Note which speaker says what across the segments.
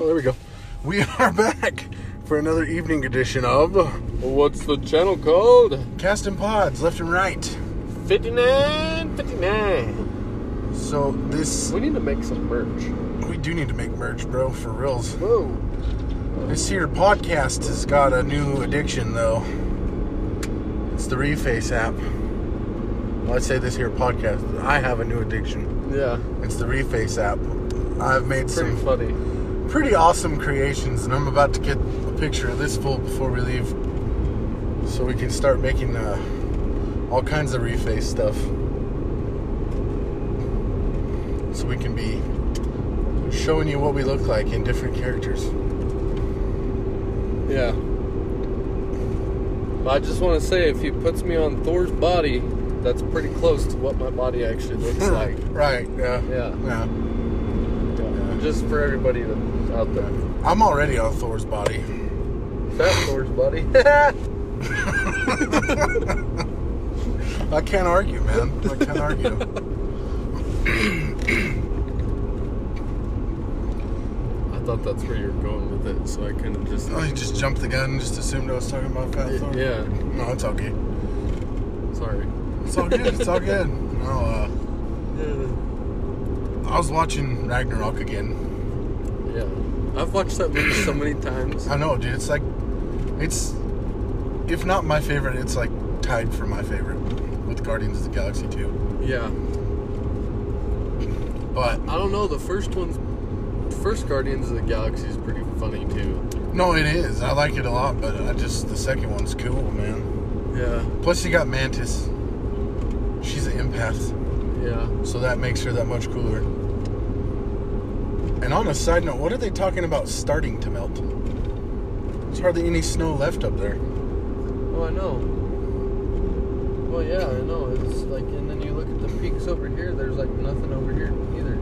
Speaker 1: Oh, there we go. We are back for another evening edition of
Speaker 2: What's the channel called?
Speaker 1: Casting Pods, left and right.
Speaker 2: 59, 59.
Speaker 1: So this,
Speaker 2: We need to make some merch.
Speaker 1: we do need to make merch, bro, for reals.
Speaker 2: Whoa.
Speaker 1: This here podcast has got a new addiction, though. It's the Reface app. Well, I'd say this here podcast. I have a new addiction.
Speaker 2: Yeah,
Speaker 1: It's the Reface app. I've made
Speaker 2: pretty
Speaker 1: some
Speaker 2: funny.
Speaker 1: pretty awesome creations, and I'm about to get a picture of this fool before we leave, so we can start making uh, all kinds of reface stuff, so we can be showing you what we look like in different characters.
Speaker 2: Yeah. But I just want to say, if he puts me on Thor's body, that's pretty close to what my body actually looks like.
Speaker 1: right? Yeah.
Speaker 2: Yeah.
Speaker 1: Yeah.
Speaker 2: Yeah. Just for everybody that's out there.
Speaker 1: I'm already on Thor's body.
Speaker 2: Fat Thor's body.
Speaker 1: I can't argue, man. I can't argue.
Speaker 2: I thought that's where you were going with it, so I kind of just.
Speaker 1: Oh, you just jumped the gun and just assumed I was talking about Fat Thor.
Speaker 2: Yeah,
Speaker 1: No, it's okay.
Speaker 2: sorry.
Speaker 1: It's all good. It's all good. No, uh, I was watching Ragnarok again.
Speaker 2: Yeah. I've watched that movie so many times.
Speaker 1: I know, dude. It's like, it's, if not my favorite, it's like tied for my favorite with Guardians of the Galaxy 2.
Speaker 2: Yeah.
Speaker 1: But,
Speaker 2: I don't know. The first one's first Guardians of the Galaxy is pretty funny too.
Speaker 1: no, it is. I like it a lot, but I just, the second one's cool, man.
Speaker 2: Yeah,
Speaker 1: Plus, you got Mantis. She's an empath,
Speaker 2: yeah.
Speaker 1: so that makes her that much cooler. And on a side note, what are they talking about starting to melt? There's hardly any snow left up there.
Speaker 2: Oh, I know. Well, yeah, I know. It's like, and then you look at the peaks over here. There's like nothing over here either.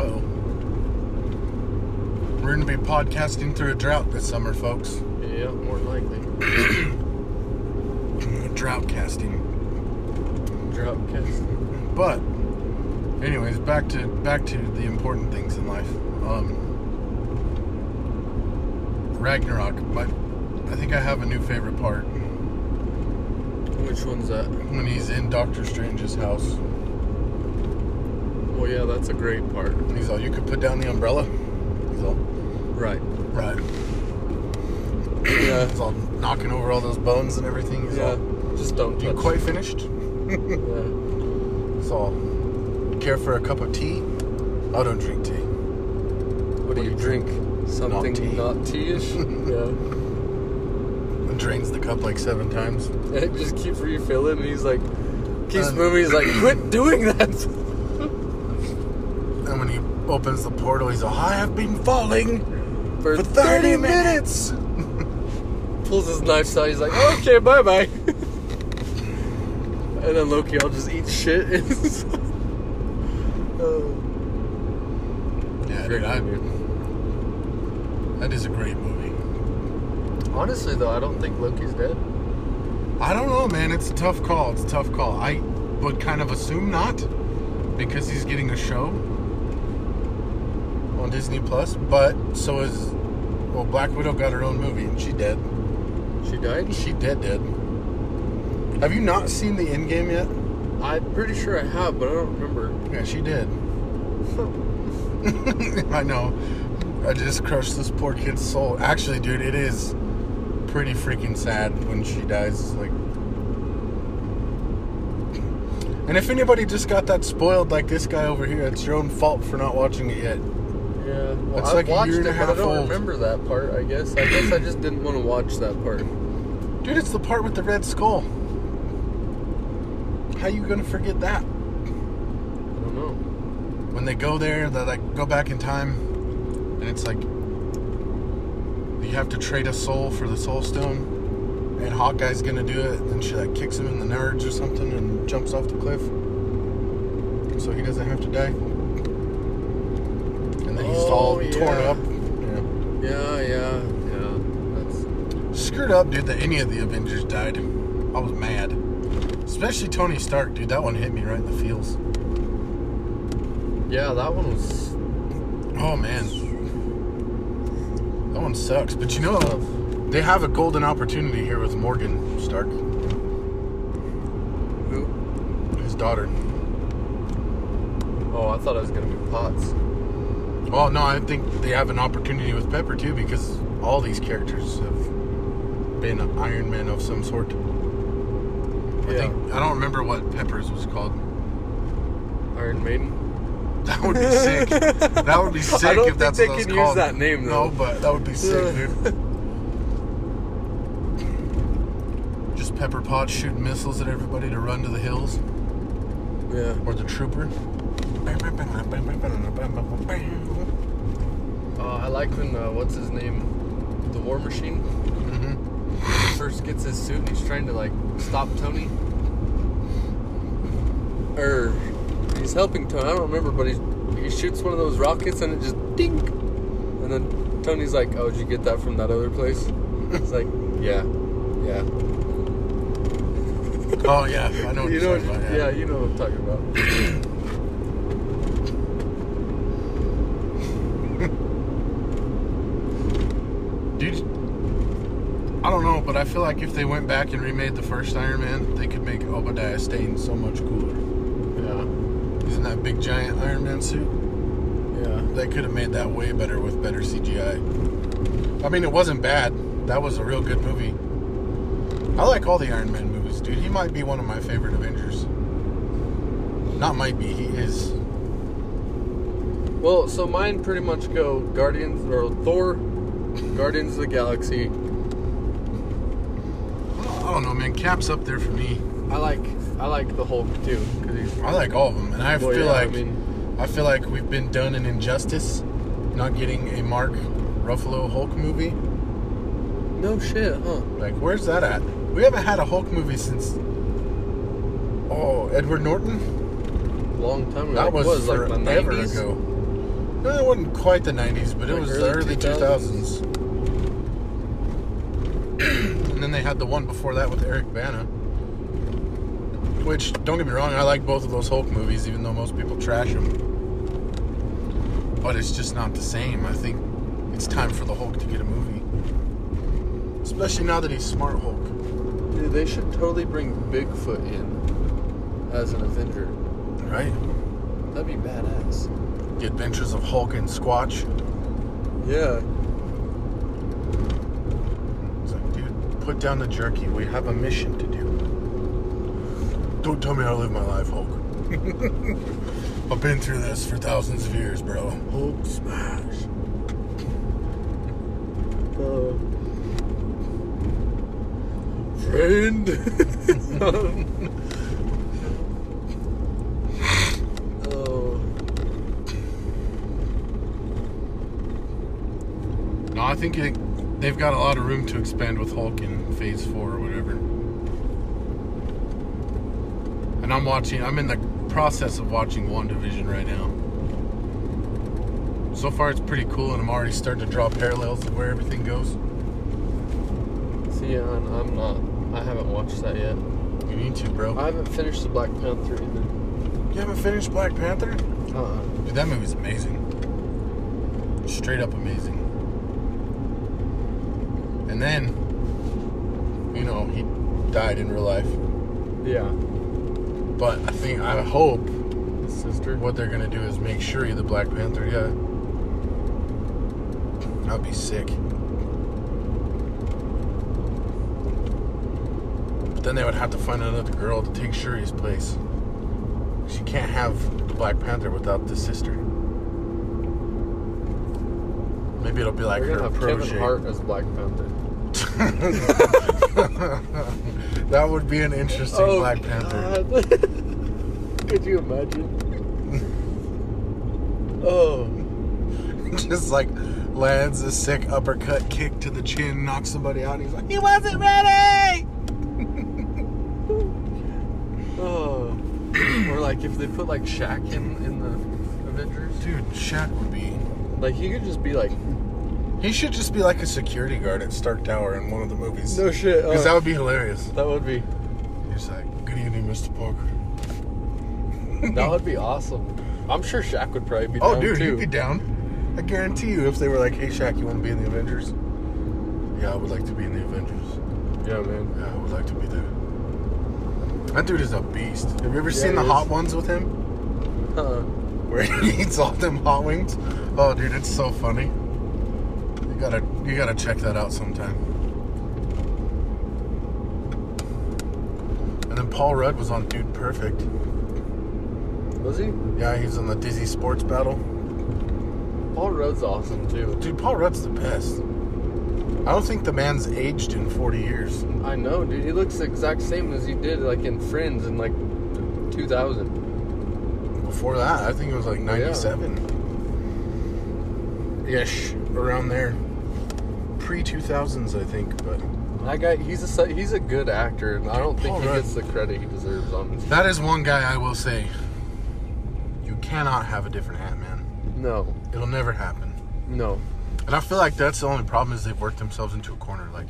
Speaker 1: Uh-oh. We're going to be podcasting through a drought this summer, folks.
Speaker 2: Yeah, more than likely.
Speaker 1: Mm, drought casting.
Speaker 2: Drought cast.
Speaker 1: But anyways, back to back to the important things in life. Um Ragnarok, my I think I have a new favorite part
Speaker 2: Which one's that?
Speaker 1: when he's in Doctor Strange's house.
Speaker 2: Well, yeah, that's a great part.
Speaker 1: And he's all, "You could put down the umbrella." He's all,
Speaker 2: Right.
Speaker 1: "Right."
Speaker 2: Yeah.
Speaker 1: He's all knocking over all those bones and everything. He's
Speaker 2: Yeah.
Speaker 1: all,
Speaker 2: Just don't
Speaker 1: "You
Speaker 2: touch.
Speaker 1: quite finished?"
Speaker 2: Yeah.
Speaker 1: He's all, "Care for a cup of tea?" I don't drink tea.
Speaker 2: What do you drink? Something
Speaker 1: tea.
Speaker 2: not tea-ish. yeah.
Speaker 1: and drains the cup like seven times.
Speaker 2: It just keeps refilling, and he's like, keeps
Speaker 1: Uh,
Speaker 2: moving. He's like, quit doing that.
Speaker 1: And when he opens the portal, he's like, I have been falling
Speaker 2: for
Speaker 1: for 30 minutes.
Speaker 2: Pulls his knife out. He's like, okay, bye bye. and then Loki, I'll just eat shit. oh,
Speaker 1: Yeah, dude, I, that is a great movie.
Speaker 2: Honestly, though, I don't think Loki's dead.
Speaker 1: I don't know, man. It's a tough call. It's a tough call. I would kind of assume not because he's getting a show on Disney Plus, but so is. Well, Black Widow got her own movie and she dead.
Speaker 2: She died.
Speaker 1: She dead, dead. Have you not seen the end game yet?
Speaker 2: I'm pretty sure I have, but I don't remember.
Speaker 1: Yeah, she did. I know. I just crushed this poor kid's soul. Actually, dude, it is pretty freaking sad when she dies. Like, and if anybody just got that spoiled, like this guy over here, it's your own fault for not watching it yet.
Speaker 2: Yeah, well,
Speaker 1: It's
Speaker 2: I've
Speaker 1: like a
Speaker 2: watched
Speaker 1: year and
Speaker 2: it,
Speaker 1: a
Speaker 2: but I
Speaker 1: half
Speaker 2: don't
Speaker 1: old.
Speaker 2: remember that part. I guess. I guess I just didn't want to watch that part.
Speaker 1: Dude, it's the part with the red skull. How you gonna forget that?
Speaker 2: I don't know.
Speaker 1: When they go there, they like go back in time, and it's like you have to trade a soul for the soul stone. and Hawkeye's gonna do it, and then she like kicks him in the nerds or something and jumps off the cliff. So he doesn't have to die. And then he's all
Speaker 2: Oh, yeah.
Speaker 1: torn up.
Speaker 2: Yeah, yeah, yeah. That's
Speaker 1: Yeah. Screwed up, dude, that any of the Avengers died. I was mad. Especially Tony Stark, dude. That one hit me right in the feels.
Speaker 2: yeah. That one was
Speaker 1: Oh man. That one sucks. But you know,
Speaker 2: Tough.
Speaker 1: they have a golden opportunity here with Morgan Stark,
Speaker 2: Who?
Speaker 1: his daughter.
Speaker 2: Oh, I thought I was gonna be Potts.
Speaker 1: Well, no, I think they have an opportunity with Pepper too because all these characters have been Iron Man of some sort. I
Speaker 2: Yeah.
Speaker 1: think I don't remember what Pepper's was called.
Speaker 2: Iron Maiden.
Speaker 1: That would be sick. That would be sick
Speaker 2: I don't
Speaker 1: if that's
Speaker 2: think
Speaker 1: what
Speaker 2: they
Speaker 1: that was
Speaker 2: can use
Speaker 1: called.
Speaker 2: that name, though.
Speaker 1: No, but that would be sick,
Speaker 2: Yeah.
Speaker 1: dude. Just Pepper Pot shooting missiles at everybody to run to the hills,
Speaker 2: Yeah.
Speaker 1: or the trooper.
Speaker 2: Uh, I like when uh, what's his name, the War Machine, Mm-hmm.
Speaker 1: Mhm.
Speaker 2: first gets his suit and he's trying to like stop Tony. Or he's helping Tony. I don't remember, but he he shoots one of those rockets and it just dink, and then Tony's like, "Oh, did you get that from that other place?" It's like, yeah, yeah.
Speaker 1: Oh yeah, I know. What
Speaker 2: you
Speaker 1: you're
Speaker 2: know,
Speaker 1: talking about,
Speaker 2: yeah, you know what I'm talking about.
Speaker 1: Dude, I don't know, but I feel like if they went back and remade the first Iron Man, they could make Obadiah Stane so much cooler.
Speaker 2: Yeah,
Speaker 1: He's in that big giant Iron Man suit.
Speaker 2: yeah.
Speaker 1: They could have made that way better with better CGI. I mean, it wasn't bad. That was a real good movie. I like all the Iron Man movies, dude. He might be one of my favorite Avengers. Not might be, he is.
Speaker 2: Well, so mine pretty much go Guardians or Thor, Guardians of the Galaxy.
Speaker 1: I don't know, man. Cap's up there for me.
Speaker 2: I like I like the Hulk too because he's.
Speaker 1: I like all of them, and I
Speaker 2: Well,
Speaker 1: feel
Speaker 2: yeah,
Speaker 1: like
Speaker 2: I mean,
Speaker 1: I feel like we've been done an injustice not getting a Mark Ruffalo Hulk movie.
Speaker 2: no shit, huh?
Speaker 1: Like, where's that at? We haven't had a Hulk movie since. Oh, Edward Norton?
Speaker 2: Long time ago.
Speaker 1: That
Speaker 2: It
Speaker 1: was,
Speaker 2: like the
Speaker 1: forever
Speaker 2: 90s.
Speaker 1: ago. No, it wasn't quite the 90s, but it
Speaker 2: Like
Speaker 1: was the
Speaker 2: early
Speaker 1: early
Speaker 2: 2000s.
Speaker 1: 2000s. and then they had the one before that with Eric Bana. Which, don't get me wrong, I like both of those Hulk movies, even though most people trash them. But it's just not the same. I think it's time for the Hulk to get a movie. Especially now that he's Smart Hulk.
Speaker 2: Dude, they should totally bring Bigfoot in as an Avenger.
Speaker 1: Right?
Speaker 2: That'd be badass.
Speaker 1: The Adventures of Hulk and Squatch.
Speaker 2: Yeah.
Speaker 1: It's like, dude, put down the jerky. We have a mission to do. Don't tell me how to live my life, Hulk. I've been through this for thousands of years, bro. Hulk smash.
Speaker 2: Uh,
Speaker 1: Friend.
Speaker 2: oh.
Speaker 1: No, I think it, they've got a lot of room to expand with Hulk in Phase Four or whatever. And I'm watching. I'm in the process of watching WandaVision right now. So far, it's pretty cool, and I'm already starting to draw parallels of where everything goes.
Speaker 2: See, I'm, I'm not. I haven't watched that yet.
Speaker 1: You need to, bro.
Speaker 2: I haven't finished the Black Panther either.
Speaker 1: You haven't finished Black Panther?
Speaker 2: Uh-uh.
Speaker 1: Dude, that movie's amazing. Straight up amazing. And then, you know, he died in real life.
Speaker 2: Yeah.
Speaker 1: But I think, I hope
Speaker 2: His sister.
Speaker 1: what they're gonna do is make sure you the Black Panther, yeah. That'd be sick. But then they would have to find another girl to take Shuri's place. She can't have the Black Panther without the sister. Maybe it'll be like
Speaker 2: We're
Speaker 1: her
Speaker 2: gonna have
Speaker 1: protege.
Speaker 2: Kevin Hart as Black Panther.
Speaker 1: that would be an interesting Black Panther.
Speaker 2: Oh, God. Could you imagine? oh.
Speaker 1: Just like lands a sick uppercut kick to the chin, knocks somebody out, and he's like, he wasn't ready!
Speaker 2: Oh. or like if they put like Shaq in in the Avengers,
Speaker 1: Dude, Shaq would be.
Speaker 2: like he could just be like,
Speaker 1: He should just be like a security guard at Stark Tower in one of the movies.
Speaker 2: no shit.
Speaker 1: Because
Speaker 2: oh,
Speaker 1: that would be hilarious.
Speaker 2: that would be
Speaker 1: He's like, good evening, Mr. Parker.
Speaker 2: that would be awesome. I'm sure Shaq would probably be.
Speaker 1: Oh,
Speaker 2: down
Speaker 1: dude,
Speaker 2: too.
Speaker 1: he'd be down. I guarantee you, if they were like, "Hey Shaq, you want to be in the Avengers?" Yeah, I would like to be in the Avengers.
Speaker 2: Yeah, man.
Speaker 1: Yeah, I would like to be there. That dude is a beast. Have you ever
Speaker 2: Yeah,
Speaker 1: seen
Speaker 2: he
Speaker 1: the hot
Speaker 2: is.
Speaker 1: ones with him,
Speaker 2: Uh,
Speaker 1: where he eats all them hot wings? Oh, dude, it's so funny. You gotta, you gotta check that out sometime. And then Paul Rudd was on Dude Perfect.
Speaker 2: was he?
Speaker 1: Yeah, he's on the Dizzy Sports Battle.
Speaker 2: Paul Rudd's awesome too.
Speaker 1: Dude, Paul Rudd's the best. I don't think the man's aged in 40 years.
Speaker 2: I know, dude. He looks the exact same as he did like in Friends in like 2000.
Speaker 1: Before that, I think it was like 97 ish, around there. Pre 2000s, I think, but.
Speaker 2: That guy, he's a su- he's a good actor, and I don't think
Speaker 1: Paul
Speaker 2: he
Speaker 1: Rudd.
Speaker 2: gets the credit he deserves. On
Speaker 1: That is one guy I will say. You cannot have a different Ant Man.
Speaker 2: no,
Speaker 1: It'll never happen.
Speaker 2: no,
Speaker 1: And I feel like that's the only problem is they've worked themselves into a corner. Like,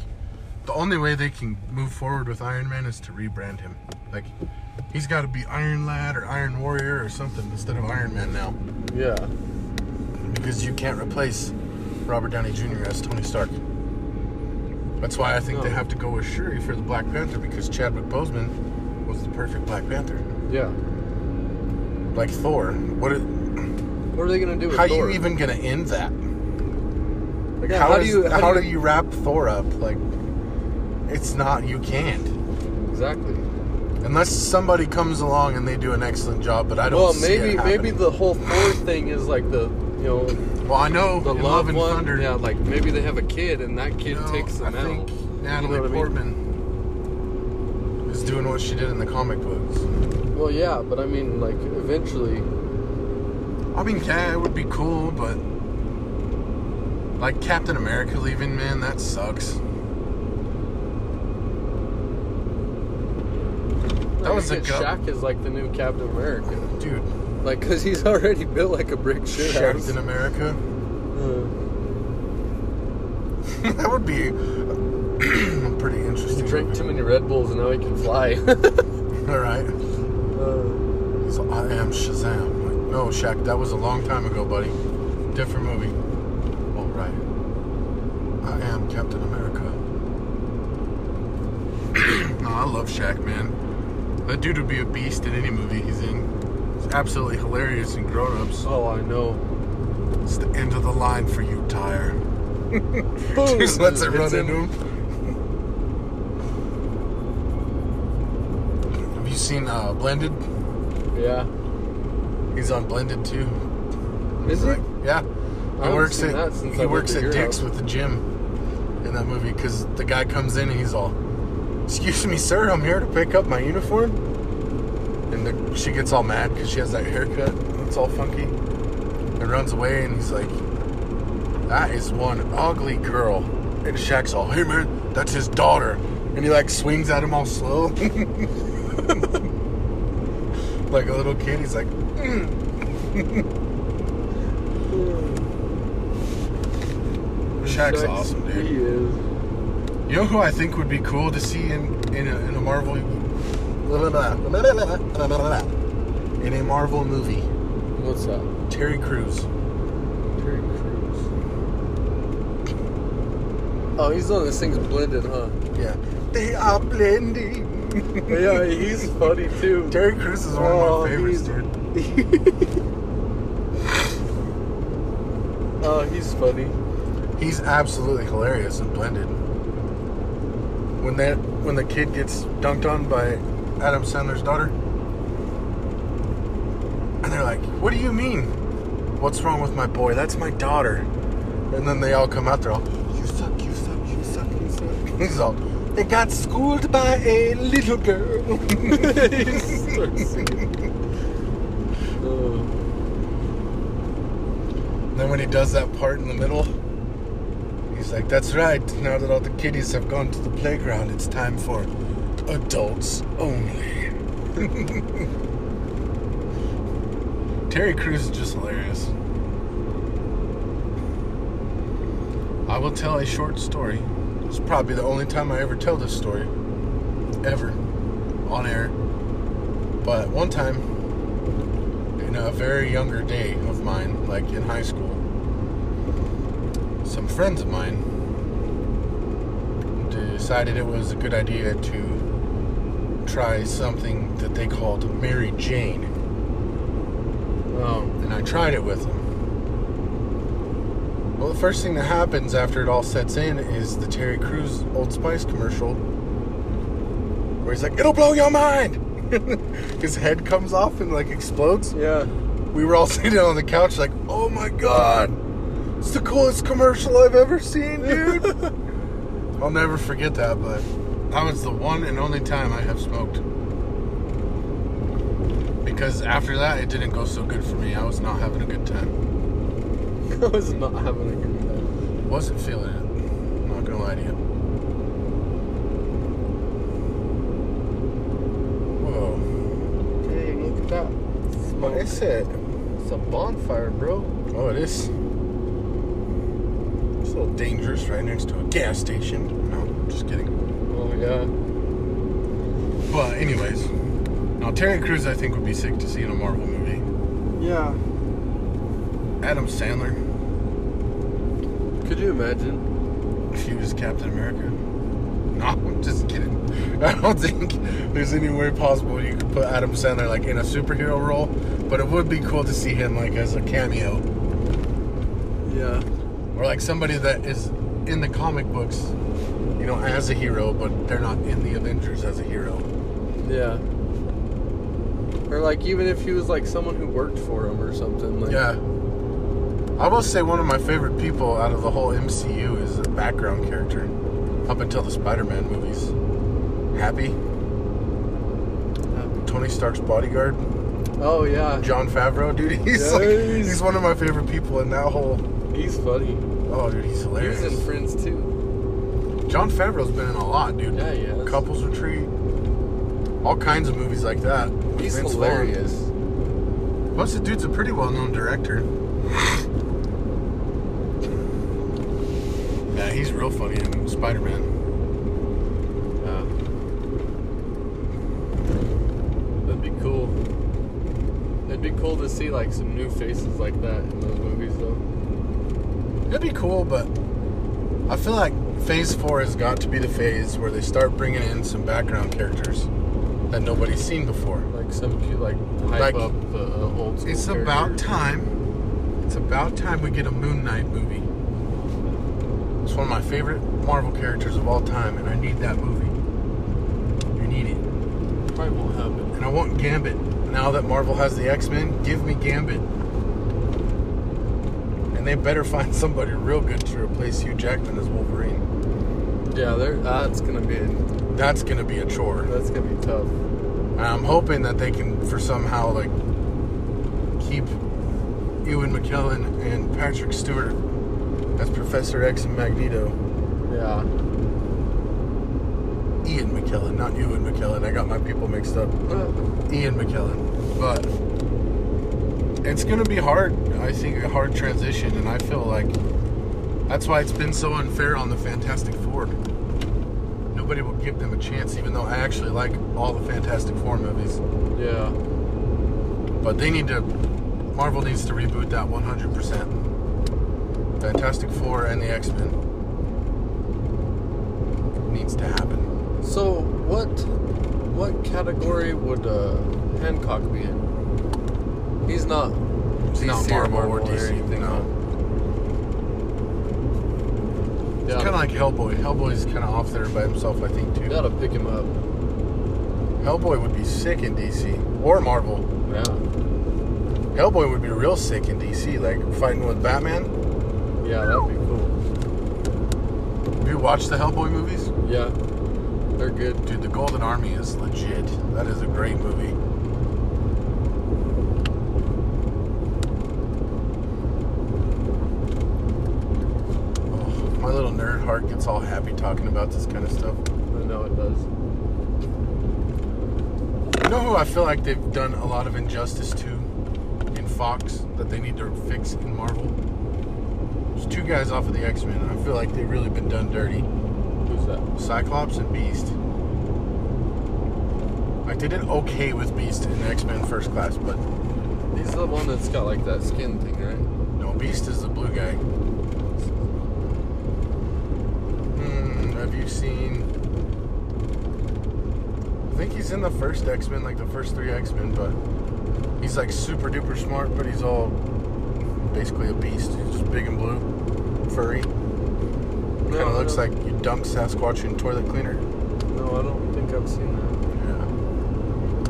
Speaker 1: the only way they can move forward with Iron Man is to rebrand him. Like, he's got to be Iron Lad or Iron Warrior or something instead of Iron Man now.
Speaker 2: yeah,
Speaker 1: Because you can't replace Robert Downey Jr. as Tony Stark. That's why I think they
Speaker 2: No.
Speaker 1: have to go with Shuri for the Black Panther because Chadwick Boseman was the perfect Black Panther.
Speaker 2: yeah.
Speaker 1: Like Thor. What? Are,
Speaker 2: What are they gonna do with
Speaker 1: how
Speaker 2: Thor?
Speaker 1: you even gonna end that?
Speaker 2: Like, how, do
Speaker 1: is-
Speaker 2: you?
Speaker 1: how do you wrap Thor up? Like, it's not. You can't.
Speaker 2: exactly?
Speaker 1: Unless somebody comes along and they do an excellent job, but I don't.
Speaker 2: Well,
Speaker 1: see it
Speaker 2: maybe maybe
Speaker 1: happening.
Speaker 2: the whole Thor thing is like the you know
Speaker 1: Well, I know
Speaker 2: the
Speaker 1: in
Speaker 2: love,
Speaker 1: Love and
Speaker 2: one.
Speaker 1: Thunder.
Speaker 2: Yeah, like maybe they have a kid, and that kid
Speaker 1: you know,
Speaker 2: takes
Speaker 1: I
Speaker 2: them out.
Speaker 1: think Natalie
Speaker 2: what I mean?
Speaker 1: Portman is doing what she did in the comic books.
Speaker 2: Well, yeah, but I mean, like eventually,
Speaker 1: I mean, yeah, it would be cool, but like Captain America leaving, man, that sucks. That
Speaker 2: I
Speaker 1: was a
Speaker 2: think
Speaker 1: gut-
Speaker 2: Shaq is like the new Captain America.
Speaker 1: Dude,
Speaker 2: Like, cause he's already built like a brick shit house.
Speaker 1: Captain America.
Speaker 2: Uh,
Speaker 1: that would be a pretty
Speaker 2: he
Speaker 1: interesting.
Speaker 2: drank
Speaker 1: movie.
Speaker 2: too many Red Bulls and now he can fly.
Speaker 1: All right.
Speaker 2: uh,
Speaker 1: So I am Shazam. Like, no, Shaq, that was a long time ago, buddy. Different movie. All right. I am Captain America. no, I love Shaq, man. That dude would be a beast in any movie he's in. It's absolutely hilarious in Grown Ups.
Speaker 2: oh, I know.
Speaker 1: It's the end of the line for you, Tyre.
Speaker 2: Boom!
Speaker 1: Just lets it
Speaker 2: Hits
Speaker 1: run into him. Have you seen uh, Blended?
Speaker 2: Yeah.
Speaker 1: He's on Blended too.
Speaker 2: Is it?
Speaker 1: Like, yeah. He
Speaker 2: haven't
Speaker 1: works
Speaker 2: seen
Speaker 1: at
Speaker 2: that since I
Speaker 1: he
Speaker 2: lived
Speaker 1: works
Speaker 2: at
Speaker 1: at
Speaker 2: your
Speaker 1: Dick's
Speaker 2: house.
Speaker 1: with the gym in that movie because the guy comes in and he's all, "Excuse me, sir, I'm here to pick up my uniform." And the, she gets all mad because she has that haircut that's all funky. And runs away and he's like, "That is one ugly girl." And Shaq's all, "Hey man, that's his daughter." And he like swings at him all slow, like a little kid. He's like, "Shaq's
Speaker 2: Shaq's-
Speaker 1: awesome, dude."
Speaker 2: He is.
Speaker 1: You know who I think would be cool to see in in a, in a Marvel in a Marvel movie?
Speaker 2: What's that?
Speaker 1: Terry Crews.
Speaker 2: Terry Crews. Oh, he's on this thing's blended, huh?
Speaker 1: Yeah, they are blending.
Speaker 2: Oh, yeah, he's funny too.
Speaker 1: Terry Crews is one
Speaker 2: Oh,
Speaker 1: of my favorites,
Speaker 2: he's-
Speaker 1: dude.
Speaker 2: Oh, he's funny.
Speaker 1: He's absolutely hilarious and blended. When that when the kid gets dunked on by Adam Sandler's daughter, and they're like, "What do you mean? What's wrong with my boy? That's my daughter." And then they all come out there all, "You suck! You suck! You suck! You suck!" He's all, "They got schooled by a little girl."
Speaker 2: Uh,
Speaker 1: And then when he does that part in the middle, he's like, "That's right. Now that all the kiddies have gone to the playground, it's time for adults only." Terry Crews is just hilarious. I will tell a short story. It's probably the only time I ever tell this story, ever, on air. But one time, in a very younger day of mine, like in high school, some friends of mine decided it was a good idea to try something that they called Mary Jane.
Speaker 2: Oh.
Speaker 1: and I tried it with them. Well, the first thing that happens after it all sets in is the Terry Crews Old Spice commercial where he's like, It'll blow your mind! His head comes off and like explodes.
Speaker 2: Yeah.
Speaker 1: We were all sitting on the couch, like, Oh my god! It's the coolest commercial I've ever seen, dude! I'll never forget that, but that was the one and only time I have smoked. Because after that, it didn't go so good for me. I was not having a good time.
Speaker 2: I was not having a good time.
Speaker 1: Wasn't feeling it. I'm not gonna lie to you. Whoa.
Speaker 2: Hey, look at that.
Speaker 1: What is it?
Speaker 2: It's a bonfire, bro.
Speaker 1: Oh, it is. It's a little dangerous right next to a gas station. No, just kidding.
Speaker 2: Oh, yeah.
Speaker 1: But, anyways. Now, Terry Crews, I think, would be sick to see in a Marvel movie.
Speaker 2: Yeah.
Speaker 1: Adam Sandler,
Speaker 2: Could you imagine?
Speaker 1: if he was Captain America. No, I'm just kidding. I don't think there's any way possible you could put Adam Sandler like in a superhero role, but it would be cool to see him like as a cameo
Speaker 2: Yeah.
Speaker 1: or like somebody that is in the comic books, you know, as a hero, but they're not in the Avengers as a hero.
Speaker 2: Yeah. Or like even if he was like someone who worked for him or something. Like,
Speaker 1: Yeah. I will say one of my favorite people out of the whole MCU is a background character up until the Spider-Man movies. Happy, Tony Stark's bodyguard.
Speaker 2: Oh yeah.
Speaker 1: John Favreau, dude. He's
Speaker 2: Yeah,
Speaker 1: like,
Speaker 2: he's-
Speaker 1: he's, one of my favorite people in that whole.
Speaker 2: He's funny.
Speaker 1: Oh, dude, he's
Speaker 2: He was
Speaker 1: hilarious.
Speaker 2: in Friends too.
Speaker 1: John Favreau's been in a lot, dude.
Speaker 2: Yeah, he has.
Speaker 1: Couples Retreat, all kinds of movies like that. with
Speaker 2: He's
Speaker 1: Vince Vaughn.
Speaker 2: hilarious.
Speaker 1: Plus, the dude's a pretty well-known director. yeah, he's real funny in Spider-Man.
Speaker 2: That'd be cool. It'd be cool to see like some new faces like that in those movies though.
Speaker 1: It'd be cool, but I feel like Phase Four has got to be the phase where they start bringing in some background characters that nobody's seen before.
Speaker 2: Like some pe- like
Speaker 1: Like-
Speaker 2: hype up the uh, old school.
Speaker 1: It's about
Speaker 2: characters.
Speaker 1: time. It's about time we get a Moon Knight movie. It's one of my favorite Marvel characters of all time, and I need that movie. I need it.
Speaker 2: Probably won't happen.
Speaker 1: And I want Gambit. Now that Marvel has the X Men, give me Gambit. And they better find somebody real good to replace Hugh Jackman as Wolverine.
Speaker 2: Yeah, there. That's gonna be.
Speaker 1: That's gonna be a chore.
Speaker 2: That's gonna be tough.
Speaker 1: And I'm hoping that they can, for somehow, like, keep Ewan McKellen and Patrick Stewart as Professor X and Magneto.
Speaker 2: Yeah.
Speaker 1: Ian McKellen, not Ewan McKellen. I got my people mixed up. Ian McKellen. But it's going to be hard. I think a hard transition. And I feel like that's why it's been so unfair on the Fantastic Four. Nobody will give them a chance, even though I actually like all the Fantastic Four movies.
Speaker 2: yeah.
Speaker 1: But they need to. Marvel needs to reboot that 100%. Fantastic Four and the X Men needs to happen.
Speaker 2: So what what category would uh, Hancock be in? He's not.
Speaker 1: It's not
Speaker 2: DC or
Speaker 1: Marvel or DC.
Speaker 2: anything,
Speaker 1: no.
Speaker 2: Yeah,
Speaker 1: It's kind of like Hellboy. Hellboy's kind of off there by himself, I think, too.
Speaker 2: you gotta pick him up.
Speaker 1: Hellboy would be sick in DC or Marvel.
Speaker 2: Yeah.
Speaker 1: Hellboy would be real sick in DC, like fighting with Batman.
Speaker 2: Yeah, that'd be cool.
Speaker 1: Have you watched the Hellboy movies?
Speaker 2: Yeah. They're good.
Speaker 1: Dude, the Golden Army is legit. That is a great movie. Oh, my little nerd heart gets all happy talking about this kind of stuff.
Speaker 2: I know it does.
Speaker 1: You know who I feel like they've done a lot of injustice to in Fox that they need to fix in Marvel? There's two guys off of the X Men, and I feel like they've really been done dirty
Speaker 2: Who's that?
Speaker 1: Cyclops and Beast. Like, they did okay with Beast in X Men First Class, but
Speaker 2: He's the one that's got like that skin thing, right?
Speaker 1: no, Beast is the blue guy. Hmm, have you seen? I think he's in the first X Men, like the first three X Men, but he's like super duper smart, but he's all basically a beast. He's just big and blue, furry. Kind of
Speaker 2: I
Speaker 1: looks like
Speaker 2: don't-
Speaker 1: you dunk Sasquatch in toilet cleaner.
Speaker 2: No, I don't think I've seen that.
Speaker 1: Yeah.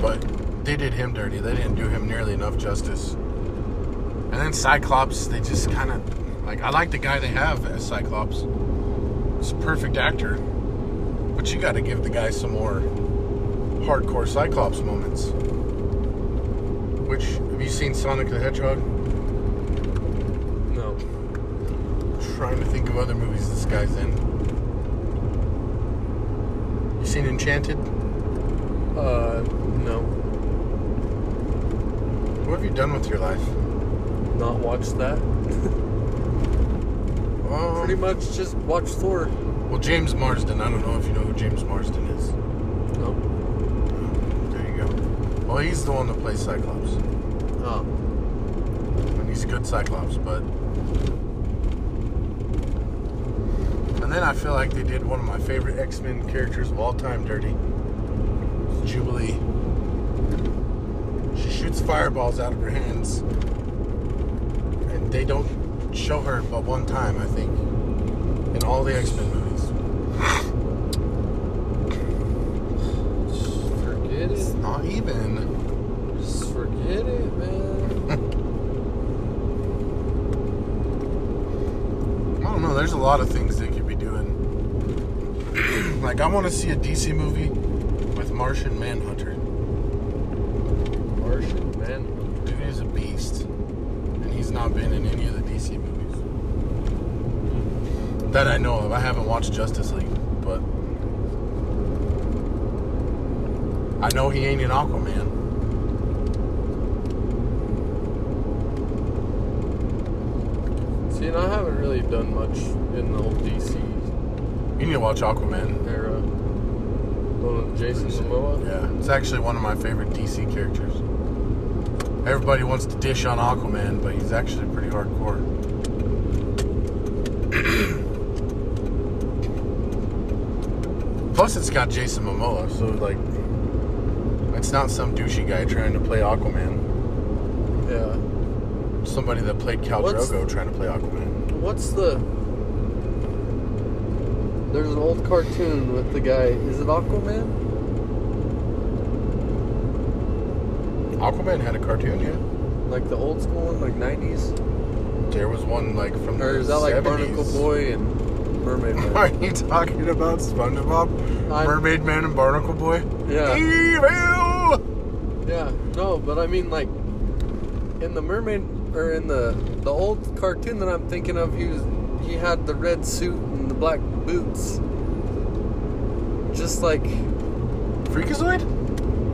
Speaker 1: But they did him dirty. They didn't do him nearly enough justice. And then Cyclops, they just kind of like I like the guy they have as Cyclops. He's a perfect actor. But you got to give the guy some more hardcore Cyclops moments. Which have you seen Sonic the Hedgehog?
Speaker 2: No.
Speaker 1: trying to think of other movies this guy's in. You seen Enchanted?
Speaker 2: Uh, no.
Speaker 1: What have you done with your life?
Speaker 2: Not watched that.
Speaker 1: Um,
Speaker 2: Pretty much just watch Thor.
Speaker 1: Well, James Marsden. I don't know if you know who James Marsden is. Um,
Speaker 2: No.
Speaker 1: There you go. Well, he's the one that plays Cyclops,
Speaker 2: Oh.
Speaker 1: and he's a good Cyclops. But and then I feel like they did one of my favorite X Men characters of all time dirty. Jubilee. She shoots fireballs out of her hands, and they don't show her but one time, I think, in all the X Men movies.
Speaker 2: Just forget it.
Speaker 1: Not even.
Speaker 2: Just forget it, man.
Speaker 1: I don't know. There's a lot of things they could be doing. like I want to see a DC movie with Martian Manhunter.
Speaker 2: Martian man.
Speaker 1: Dude is a beast, and he's not been in any of the DC movies that I know of. I haven't watched Justice League, but I know he ain't in Aquaman.
Speaker 2: See, and I haven't really done much in the old DC
Speaker 1: You need to watch Aquaman.
Speaker 2: era. One with Jason Momoa.
Speaker 1: Yeah, it's actually one of my favorite DC characters. Everybody wants to dish on Aquaman, but he's actually pretty hardcore. Plus, it's got Jason Momoa, so like, it's not some douchey guy trying to play Aquaman.
Speaker 2: Yeah.
Speaker 1: Somebody that played Cal
Speaker 2: What's-
Speaker 1: Drogo trying to play Aquaman.
Speaker 2: What's the? There's an old cartoon with the guy. Is it Aquaman?
Speaker 1: Aquaman had a cartoon, yeah.
Speaker 2: Like the old school one, like '90s,
Speaker 1: There was one like from
Speaker 2: or
Speaker 1: the
Speaker 2: is that like
Speaker 1: 70s.
Speaker 2: Barnacle Boy and Mermaid
Speaker 1: Are
Speaker 2: Man?
Speaker 1: you talking about SpongeBob,
Speaker 2: I-
Speaker 1: Mermaid Man, and Barnacle Boy?
Speaker 2: Yeah.
Speaker 1: Evil!
Speaker 2: yeah. No, but I mean like in the Mermaid or in the the old cartoon that I'm thinking of, he was he had the red suit and the black boots. Just like
Speaker 1: Freakazoid?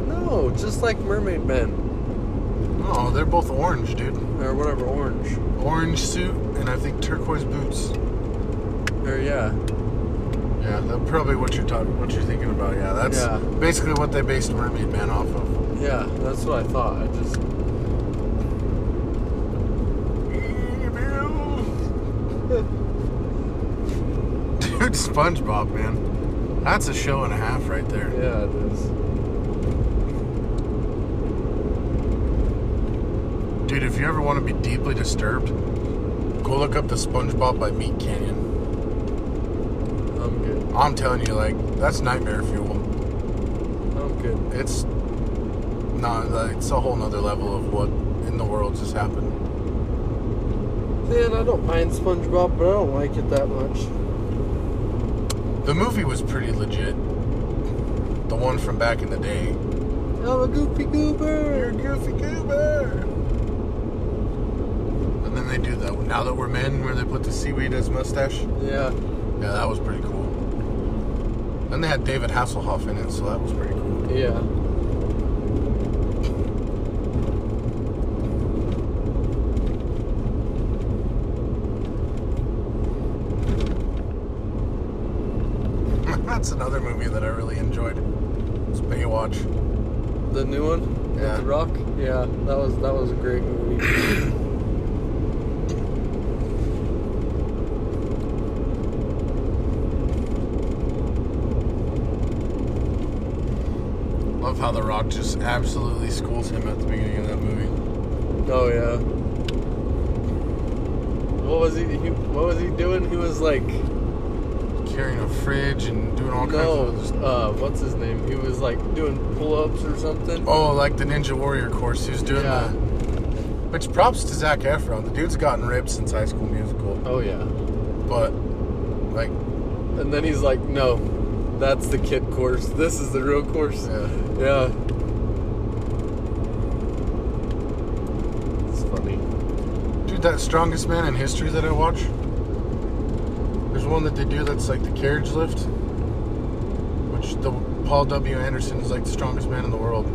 Speaker 2: no, just like Mermaid Man
Speaker 1: Oh, they're both orange, dude.
Speaker 2: or whatever orange.
Speaker 1: Orange suit and I think turquoise boots.
Speaker 2: Or yeah.
Speaker 1: Yeah, that's probably what you're talking, what you're thinking about. Yeah, that's
Speaker 2: Yeah.
Speaker 1: basically what they based Mermaid Man off of.
Speaker 2: Yeah, that's what I thought. I just
Speaker 1: Evil! Dude, SpongeBob, man, that's a show and a half right there.
Speaker 2: yeah, it is.
Speaker 1: Dude, if you ever want to be deeply disturbed, go look up the SpongeBob by Meat Canyon.
Speaker 2: I'm good.
Speaker 1: I'm telling you, like, that's nightmare fuel.
Speaker 2: I'm good.
Speaker 1: It's not, like, it's a whole nother level of what in the world just happened.
Speaker 2: Man, I don't mind SpongeBob, but I don't like it that much.
Speaker 1: The movie was pretty legit. The one from back in the day.
Speaker 2: I'm a goofy goober.
Speaker 1: Goofy Goober! And then they do that Now That We're Men, where they put the seaweed as mustache.
Speaker 2: Yeah,
Speaker 1: Yeah, that was pretty cool. Then they had David Hasselhoff in it, so that was pretty cool.
Speaker 2: yeah.
Speaker 1: that's another movie that I really enjoyed. It's Baywatch.
Speaker 2: The new one
Speaker 1: Yeah.
Speaker 2: with the Rock. Yeah, that was that was a great movie.
Speaker 1: how The Rock just absolutely schools him at the beginning of that movie.
Speaker 2: Oh yeah. What was he, he? What was he doing? He was like,
Speaker 1: Carrying a fridge and doing all
Speaker 2: no,
Speaker 1: kinds of.
Speaker 2: uh, what's his name? He was like doing pull-ups or something.
Speaker 1: Oh, like the Ninja Warrior course. He was doing
Speaker 2: Yeah.
Speaker 1: the. Which props to Zach Efron. The dude's gotten ripped since High School Musical.
Speaker 2: Oh yeah.
Speaker 1: But, like,
Speaker 2: And then he's like, no, that's the kid course. This is the real course.
Speaker 1: yeah.
Speaker 2: Yeah. It's funny.
Speaker 1: Dude, that strongest man in history that I watch. There's one that they do that's like the carriage lift, which the Paul W. Anderson is like the strongest man in the world.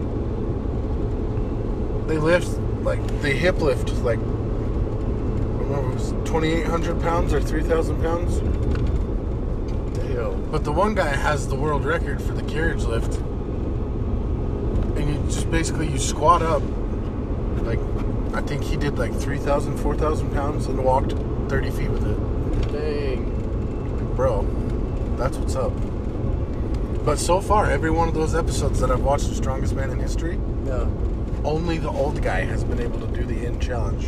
Speaker 1: They lift like they hip lift like I remember it was 2,800 pounds or 3,000 pounds.
Speaker 2: Damn.
Speaker 1: But the one guy has the world record for the carriage lift. And you just basically you squat up. Like I think he did like 3,000, 4,000 pounds and walked 30 feet with it.
Speaker 2: Dang.
Speaker 1: Bro, that's what's up. But so far, every one of those episodes that I've watched, The Strongest Man in History,
Speaker 2: Yeah.
Speaker 1: only the old guy has been able to do the end challenge.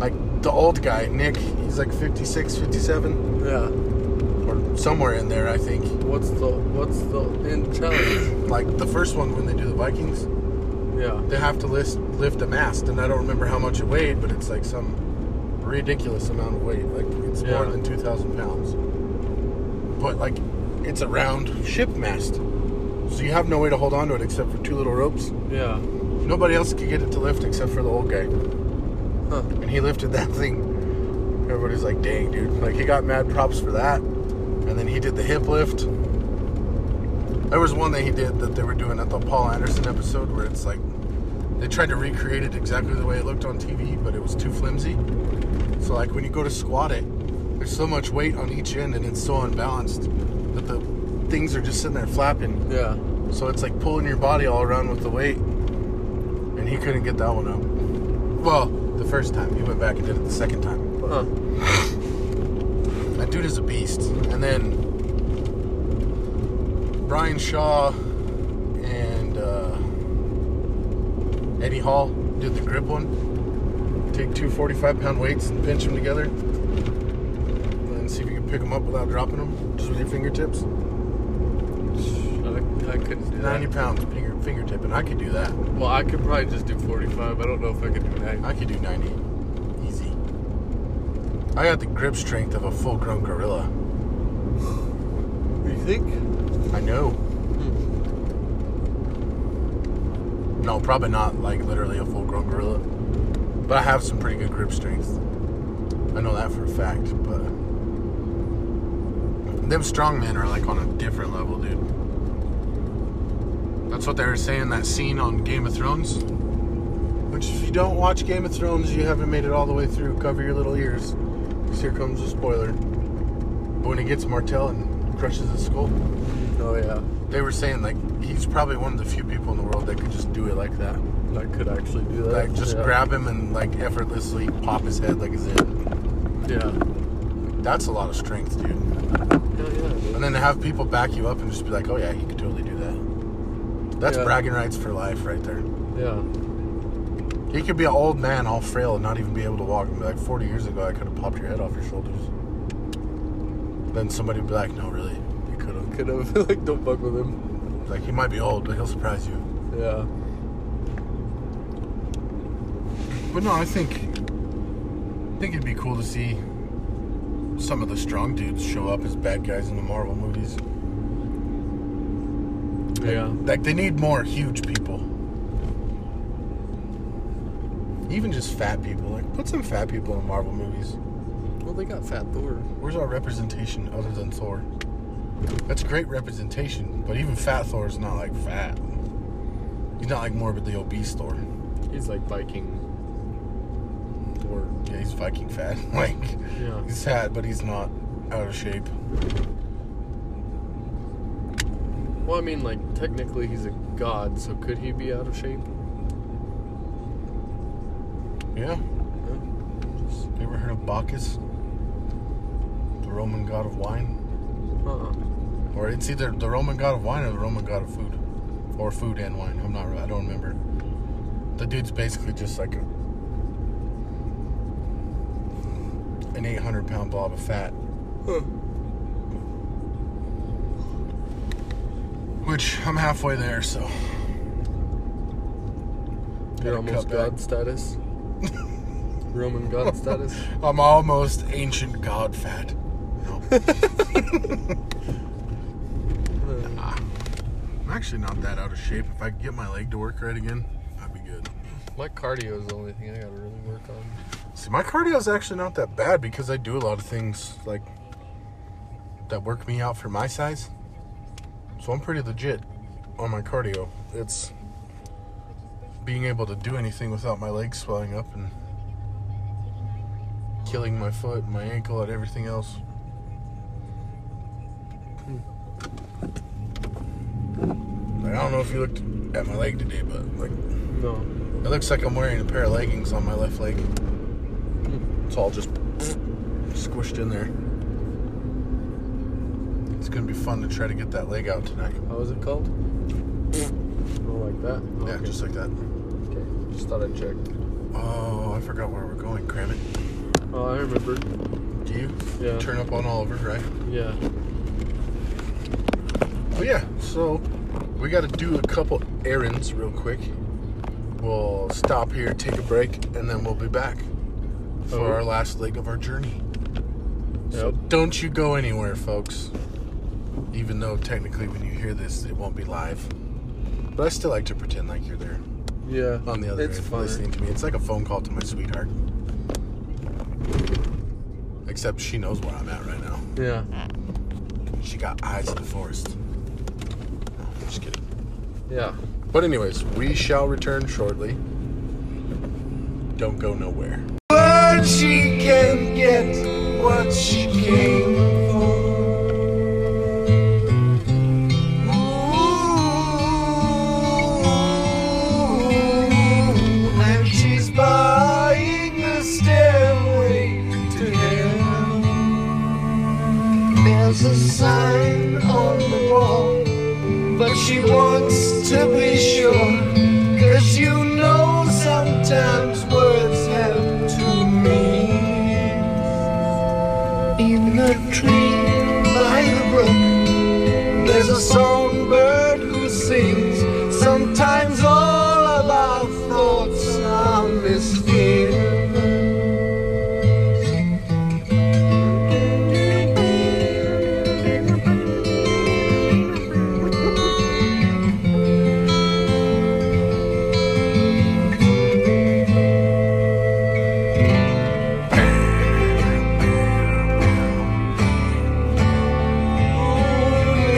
Speaker 1: Like the old guy, Nick, he's like 56, 57,
Speaker 2: Yeah.
Speaker 1: or somewhere in there, I think.
Speaker 2: What's the what's the end challenge?
Speaker 1: like the first one when they do the Vikings,
Speaker 2: yeah.
Speaker 1: they have to list, lift a mast, and I don't remember how much it weighed, but it's like some ridiculous amount of weight. Like it's more
Speaker 2: Yeah.
Speaker 1: than two thousand pounds. But like, it's a round ship mast, so you have no way to hold onto it except for two little ropes.
Speaker 2: Yeah.
Speaker 1: Nobody else could get it to lift except for the old guy,
Speaker 2: Huh.
Speaker 1: and he lifted that thing. Everybody's like, "Dang, dude!" Like he got mad props for that, and then he did the hip lift. There was one that he did that they were doing at the Paul Anderson episode where it's like they tried to recreate it exactly the way it looked on TV, but it was too flimsy. So like when you go to squat it, there's so much weight on each end and it's so unbalanced that the things are just sitting there flapping.
Speaker 2: Yeah.
Speaker 1: So it's like pulling your body all around with the weight. And he couldn't get that one up. Well, the first time. He went back and did it the second time. But
Speaker 2: Huh.
Speaker 1: that dude is a beast. And then Brian Shaw and uh, Eddie Hall did the grip one. Take two 45 pound weights and pinch them together. And see if you can pick them up without dropping them, just with your fingertips.
Speaker 2: I, I couldn't do
Speaker 1: 90
Speaker 2: that.
Speaker 1: pounds finger, fingertip, and I could do that.
Speaker 2: Well, I could probably just do 45. I don't know if I could do 90.
Speaker 1: I could do 90. Easy. I got the grip strength of a full grown gorilla.
Speaker 2: You think?
Speaker 1: I know. No, probably not like literally a full grown gorilla. But I have some pretty good grip strength. I know that for a fact, but them strongmen are like on a different level, dude. That's what they were saying that scene on Game of Thrones. Which if you don't watch Game of Thrones, you haven't made it all the way through. Cover your little ears. 'cause here comes a spoiler. But when he gets Martell and crushes his skull
Speaker 2: Oh yeah.
Speaker 1: they were saying like he's probably one of the few people in the world that could just do it like that.
Speaker 2: I could actually do that.
Speaker 1: Like just
Speaker 2: yeah.
Speaker 1: grab him and like effortlessly pop his head like a zip.
Speaker 2: Yeah.
Speaker 1: That's a lot of strength, dude. And
Speaker 2: Hell yeah. dude.
Speaker 1: then to have people back you up and just be like, "Oh yeah, he could totally do that." That's
Speaker 2: Yeah.
Speaker 1: bragging rights for life, right there.
Speaker 2: Yeah.
Speaker 1: He could be an old man, all frail, and not even be able to walk. And be like, "40 years ago, I could have popped your head off your shoulders." Then somebody would be like, "No, really, you could have."
Speaker 2: Could have like don't fuck with him.
Speaker 1: Like he might be old, but he'll surprise you.
Speaker 2: Yeah.
Speaker 1: But no, I think I think it'd be cool to see some of the strong dudes show up as bad guys in the Marvel movies.
Speaker 2: Yeah.
Speaker 1: Like they need more huge people. Even just fat people. Like put some fat people in Marvel movies.
Speaker 2: Well, they got Fat Thor.
Speaker 1: Where's our representation other than Thor? That's great representation, but even fat Thor is not like fat. He's not like morbidly obese Thor.
Speaker 2: He's like Viking. Thor.
Speaker 1: Yeah, he's Viking fat. like
Speaker 2: Yeah.
Speaker 1: He's fat, but he's not out of shape.
Speaker 2: Well, I mean, like technically he's a god, so could he be out of shape?
Speaker 1: Yeah.
Speaker 2: Huh?
Speaker 1: You ever heard of Bacchus? The Roman god of wine?
Speaker 2: Uh-uh.
Speaker 1: Or it's either the Roman god of wine or the Roman god of food. or food and wine. I'm not. I don't remember. The dude's basically just like a, an 800 pound blob of fat,
Speaker 2: Huh.
Speaker 1: which I'm halfway there. So Gotta
Speaker 2: You're
Speaker 1: cut
Speaker 2: almost
Speaker 1: back.
Speaker 2: god status. Roman god status.
Speaker 1: I'm almost ancient god fat. No,
Speaker 2: Uh,
Speaker 1: I'm actually not that out of shape. If I could get my leg to work right again, I'd be good.
Speaker 2: my cardio is the only thing I gotta really work on.
Speaker 1: See, my cardio is actually not that bad because I do a lot of things like that work me out for my size. So I'm pretty legit on my cardio. It's being able to do anything without my legs swelling up and killing my foot, my ankle, and everything else. Like, I don't know if you looked at my leg today, but like
Speaker 2: No.
Speaker 1: it looks like I'm wearing a pair of leggings on my left leg. It's all just squished in there. It's gonna be fun to try to get that leg out tonight.
Speaker 2: How is it called? Oh, like that.
Speaker 1: Yeah,
Speaker 2: Okay.
Speaker 1: just like that.
Speaker 2: okay. Just thought I'd check.
Speaker 1: Oh, I forgot where we're going, Crammit.
Speaker 2: Oh, I remember.
Speaker 1: Do you
Speaker 2: Yeah.
Speaker 1: turn up on Oliver, right?
Speaker 2: Yeah.
Speaker 1: Oh yeah. So we got to do a couple errands real quick. We'll stop here, take a break, and then we'll be back for
Speaker 2: Oh.
Speaker 1: our last leg of our journey. So
Speaker 2: Yep.
Speaker 1: don't you go anywhere, folks. Even though technically, when you hear this, it won't be live. But I still like to pretend like you're there
Speaker 2: Yeah.
Speaker 1: on the other
Speaker 2: It's
Speaker 1: end
Speaker 2: fun.
Speaker 1: listening to me. It's like a phone call to my sweetheart. Except she knows where I'm at right now.
Speaker 2: Yeah.
Speaker 1: She got eyes in the forest. No, I'm just kidding.
Speaker 2: Yeah.
Speaker 1: But anyways, we shall return shortly. Don't go nowhere. But she can get what she came for. Ooh, and she's buying the stairway to heaven. There's a sign on the wall but she wants to be sure. Cause you know sometimes words have to mean. In the tree by the brook, there's a songbird who sings. Sometimes all of our thoughts are misfit.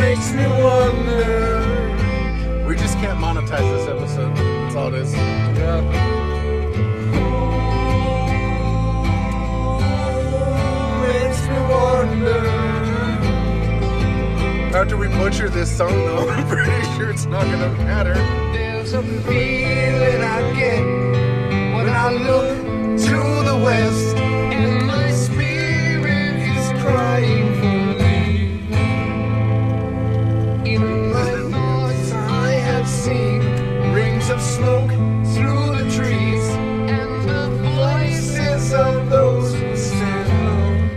Speaker 1: makes me wonder. We just can't monetize this episode. That's all it is.
Speaker 2: Yeah.
Speaker 1: Makes me wonder. After we butcher this song, though, I'm pretty sure it's not gonna matter. There's a feeling I get when I look to the west, and my spirit is crying for me. In my thoughts, I have seen rings of smoke through the trees and the voices of those who stand alone.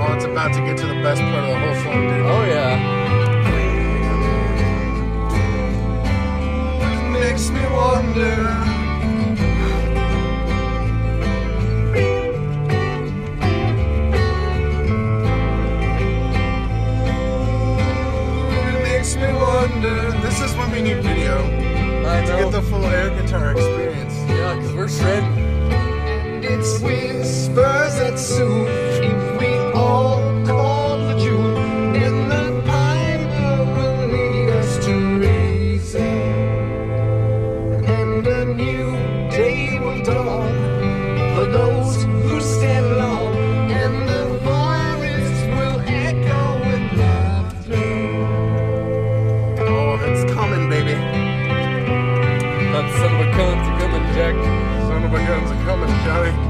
Speaker 1: Oh, it's about to get to the best part of the whole song, dude.
Speaker 2: Oh yeah.
Speaker 1: It makes me wonder. It makes me wonder. This is when we need video.
Speaker 2: I
Speaker 1: to
Speaker 2: know.
Speaker 1: get the full air guitar experience.
Speaker 2: yeah, cause we're shredding.
Speaker 1: It's whispers that soon, if we all call the June, and the pine will lead us to reason. And a new day will dawn for those who stand alone, and the forest will echo with laughter. Oh, it's coming, baby.
Speaker 2: That son of a cunt's a coming, Jack.
Speaker 1: Son of a guns are coming, Johnny.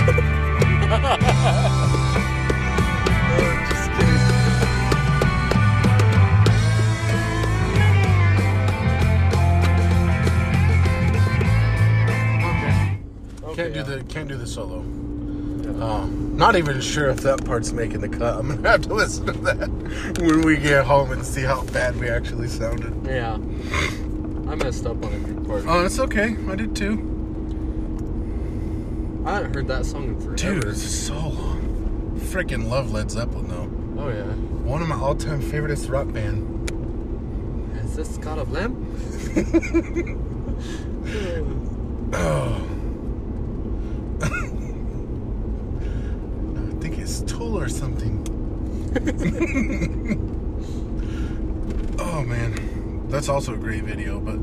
Speaker 1: can't
Speaker 2: yeah.
Speaker 1: do the can't do the solo.
Speaker 2: Yeah.
Speaker 1: Um, not even sure if that part's making the cut. I'm gonna have to listen to that when we get home and see how bad we actually sounded.
Speaker 2: Yeah. I messed up on a group part.
Speaker 1: Oh, it's okay. I did too.
Speaker 2: I haven't heard that song in forever.
Speaker 1: Dude, it's so long. Freaking love Led Zeppelin though.
Speaker 2: Oh yeah.
Speaker 1: One of my all-time favoriteest rock band.
Speaker 2: Is this God of Lamb?
Speaker 1: Oh. I think it's Tool or something. oh man, that's also a great video. But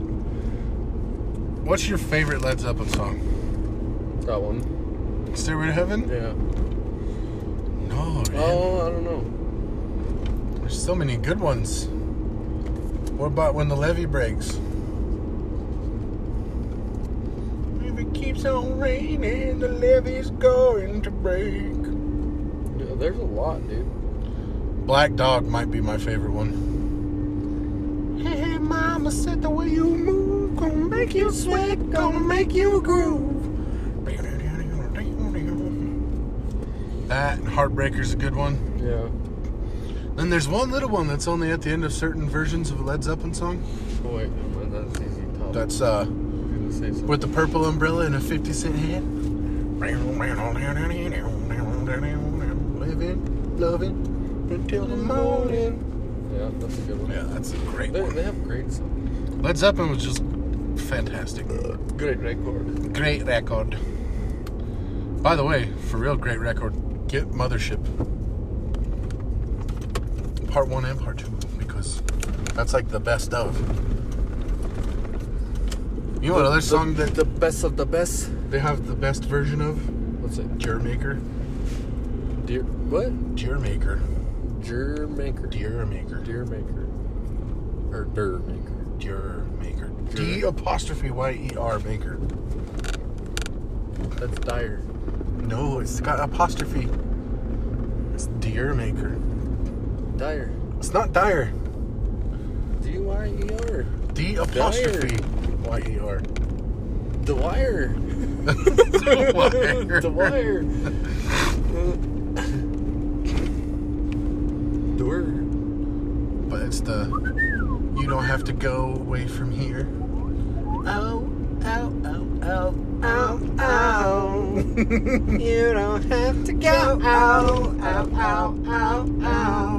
Speaker 1: what's your favorite Led Zeppelin song?
Speaker 2: That one.
Speaker 1: Stairway to Heaven?
Speaker 2: Yeah.
Speaker 1: No, man.
Speaker 2: Oh, I don't know.
Speaker 1: There's so many good ones. What about when the levee breaks? If it keeps on raining, the levee's going to break.
Speaker 2: Yeah, there's a lot, dude.
Speaker 1: Black Dog might be my favorite one. Hey, hey, mama said the way you move gonna make you sweat, gonna make you groove. That and Heartbreaker's a good one.
Speaker 2: Yeah.
Speaker 1: Then there's one little one that's only at the end of certain versions of a Led Zeppelin song.
Speaker 2: Oh, wait, never mind. That's easy. Top.
Speaker 1: That's uh,
Speaker 2: I was gonna say something.
Speaker 1: with the purple umbrella and a 50 cent hat. Living, loving until the morning.
Speaker 2: Yeah, that's a good one.
Speaker 1: Yeah, that's a great
Speaker 2: They, they
Speaker 1: one.
Speaker 2: have great songs.
Speaker 1: Led Zeppelin was just fantastic.
Speaker 2: Great record.
Speaker 1: Great record. By the way, for real, great record. Get Mothership. Part one and part two, because that's like the best of. You know what other song that
Speaker 2: the best of the best.
Speaker 1: they have the best version of?
Speaker 2: What's it?
Speaker 1: Deer Maker.
Speaker 2: Deer. What?
Speaker 1: Deer Maker.
Speaker 2: Deer maker.
Speaker 1: Deer Maker.
Speaker 2: Deer maker. Or dir maker.
Speaker 1: Deer Maker. D apostrophe Y E R Maker.
Speaker 2: That's dire.
Speaker 1: No, it's got apostrophe. It's Deer Maker.
Speaker 2: Dire.
Speaker 1: It's not dire.
Speaker 2: D Y E R.
Speaker 1: D apostrophe Y E R.
Speaker 2: The wire.
Speaker 1: The
Speaker 2: the
Speaker 1: wire.
Speaker 2: wire. Door.
Speaker 1: But it's the you don't have to go away from here. Oh, oh, oh, oh, oh, oh.
Speaker 2: You don't have to go.
Speaker 1: oh, oh, oh, oh, oh.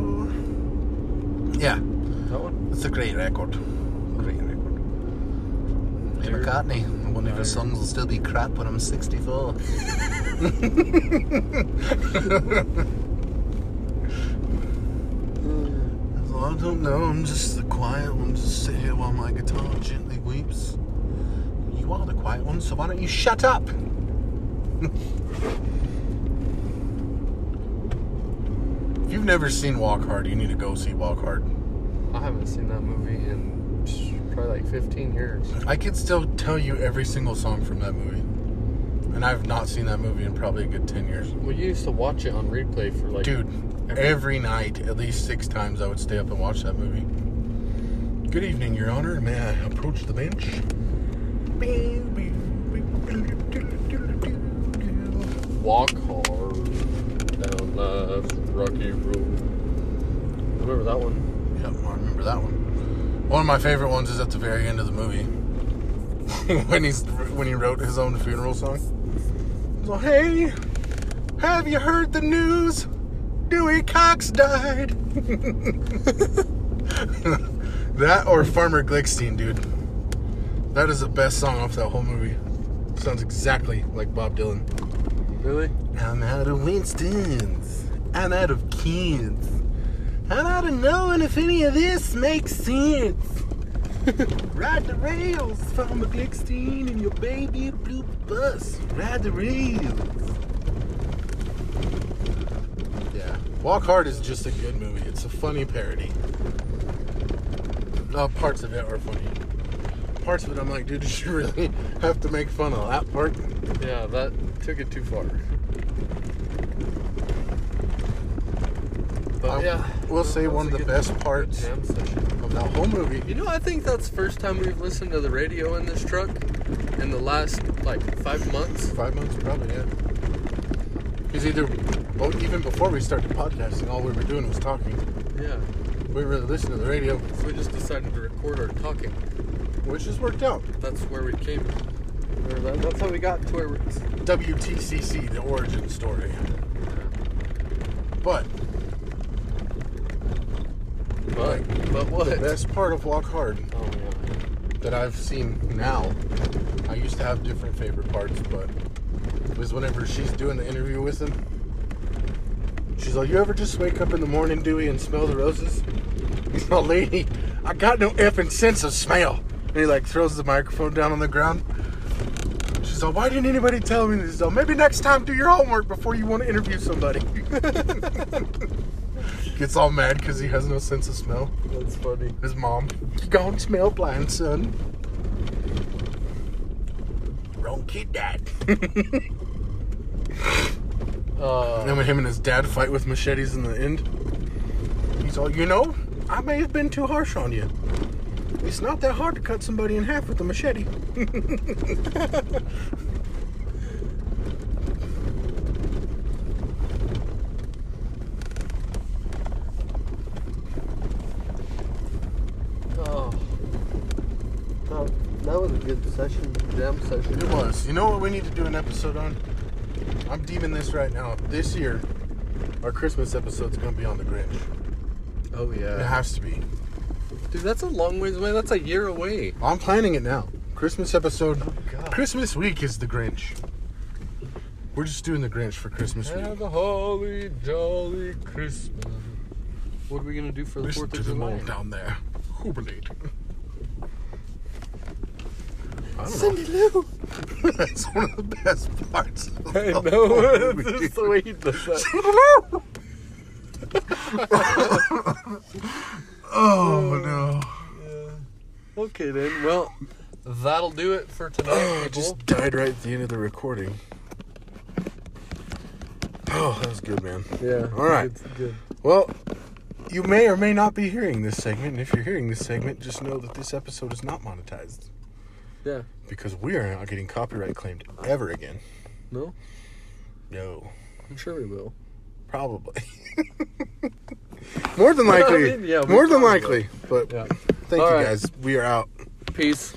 Speaker 1: Yeah,
Speaker 2: That one.
Speaker 1: it's a great record. Great record. Hey,
Speaker 2: Dear-
Speaker 1: McCartney, I wonder if his songs will still be crap when I'm 64. Well, I don't know. I'm just the quiet one. Just sit here while my guitar gently weeps. You are the quiet one, so why don't you shut up? if you've never seen Walk Hard, you need to go see Walk Hard.
Speaker 2: I haven't seen that movie in probably like 15 years.
Speaker 1: I can still tell you every single song from that movie. And I've not seen that movie in probably a good 10 years.
Speaker 2: We used to watch it on replay for like.
Speaker 1: Dude, every night, at least six times, I would stay up and watch that movie. Good evening, Your Honor. May I approach the bench?
Speaker 2: Walk hard down life's rocky road. Remember that one?
Speaker 1: Yep, I remember that one. One of my favorite ones is at the very end of the movie when he's when he wrote his own funeral song. So hey, have you heard the news? Dewey Cox died. that or Farmer Glickstein, dude. That is the best song off that whole movie. Sounds exactly like Bob Dylan.
Speaker 2: Really?
Speaker 1: I'm out of Winston's. I'm out of kids. I'm out of knowing if any of this makes sense. Ride the rails from McGlickstein and your baby blue bus. Ride the rails. Yeah. Walk Hard is just a good movie. It's a funny parody. Uh, parts of it are funny. Parts of it, I'm like, dude, did you really have to make fun of that part?
Speaker 2: Yeah, that took it too far. But
Speaker 1: I
Speaker 2: yeah,
Speaker 1: will say
Speaker 2: that's
Speaker 1: one of
Speaker 2: a
Speaker 1: the
Speaker 2: good-
Speaker 1: best
Speaker 2: good
Speaker 1: parts-
Speaker 2: jam session.
Speaker 1: Of that whole movie.
Speaker 2: You know, I think that's the first time we've listened to the radio in this truck in the last like five months.
Speaker 1: Five months, probably, yeah. Because either, well, even before we started podcasting, all we were doing was talking.
Speaker 2: Yeah,
Speaker 1: We didn't really listened to the radio,
Speaker 2: so we just decided to record our talking.
Speaker 1: which has worked out.
Speaker 2: That's where we came. Or that, that's how we got to where. We're,
Speaker 1: WTCC, the origin story. But
Speaker 2: but but what?
Speaker 1: the best part of Walk Hard
Speaker 2: Oh yeah.
Speaker 1: that I've seen now, I used to have different favorite parts, but was whenever she's doing the interview with him. She's like, "You ever just wake up in the morning, Dewey, and smell the roses?" He's like, "Lady, I got no effing sense of smell." And he like throws the microphone down on the ground. She's like, "Why didn't anybody tell me this?" He's like, Maybe next time, do your homework before you want to interview somebody. Gets all mad because he has no sense of smell.
Speaker 2: That's funny.
Speaker 1: His mom. You don't smell blind, son. Wrong kid, dad.
Speaker 2: Uh,
Speaker 1: And then when him and his dad fight with machetes in the end, he's all, you know, I may have been too harsh on you. It's not that hard to cut somebody in half with a machete.
Speaker 2: oh. That, that was a good session, jam session.
Speaker 1: It was. You know what we need to do an episode on? I'm deeming this right now. This year, our Christmas episode's gonna be on the Grinch.
Speaker 2: Oh
Speaker 1: It
Speaker 2: yeah.
Speaker 1: has to be.
Speaker 2: Dude, that's a long ways away. That's a year away.
Speaker 1: I'm planning it now. Christmas episode.
Speaker 2: Oh, God.
Speaker 1: Christmas week is the Grinch. We're just doing the Grinch for Christmas week.
Speaker 2: Have a holly jolly Christmas. What are we gonna do for the
Speaker 1: Listen
Speaker 2: Fourth
Speaker 1: to
Speaker 2: of
Speaker 1: them all
Speaker 2: July?
Speaker 1: down there. Hibernate. I don't know.
Speaker 2: Cindy Lou. Oh,
Speaker 1: That's one of the best parts. of
Speaker 2: I
Speaker 1: the
Speaker 2: know.
Speaker 1: whole movie,
Speaker 2: That's just
Speaker 1: dude.
Speaker 2: the way he does that.
Speaker 1: Oh no.
Speaker 2: Okay then. Well, that'll do it for
Speaker 1: Oh,
Speaker 2: tonight,
Speaker 1: I
Speaker 2: people.
Speaker 1: just died right at the end of the recording. Oh, that was good, man.
Speaker 2: yeah.
Speaker 1: all right.
Speaker 2: It's good.
Speaker 1: Well, you may or may not be hearing this segment, and if you're hearing this segment, just know that this episode is not monetized
Speaker 2: Yeah.
Speaker 1: because we are not getting copyright claimed ever again.
Speaker 2: No,
Speaker 1: No,
Speaker 2: I'm sure we will.
Speaker 1: probably. More than likely.
Speaker 2: I mean, yeah, we
Speaker 1: more than
Speaker 2: probably
Speaker 1: likely. But
Speaker 2: Yeah.
Speaker 1: thank
Speaker 2: All
Speaker 1: you
Speaker 2: right.
Speaker 1: guys. We are out.
Speaker 2: Peace.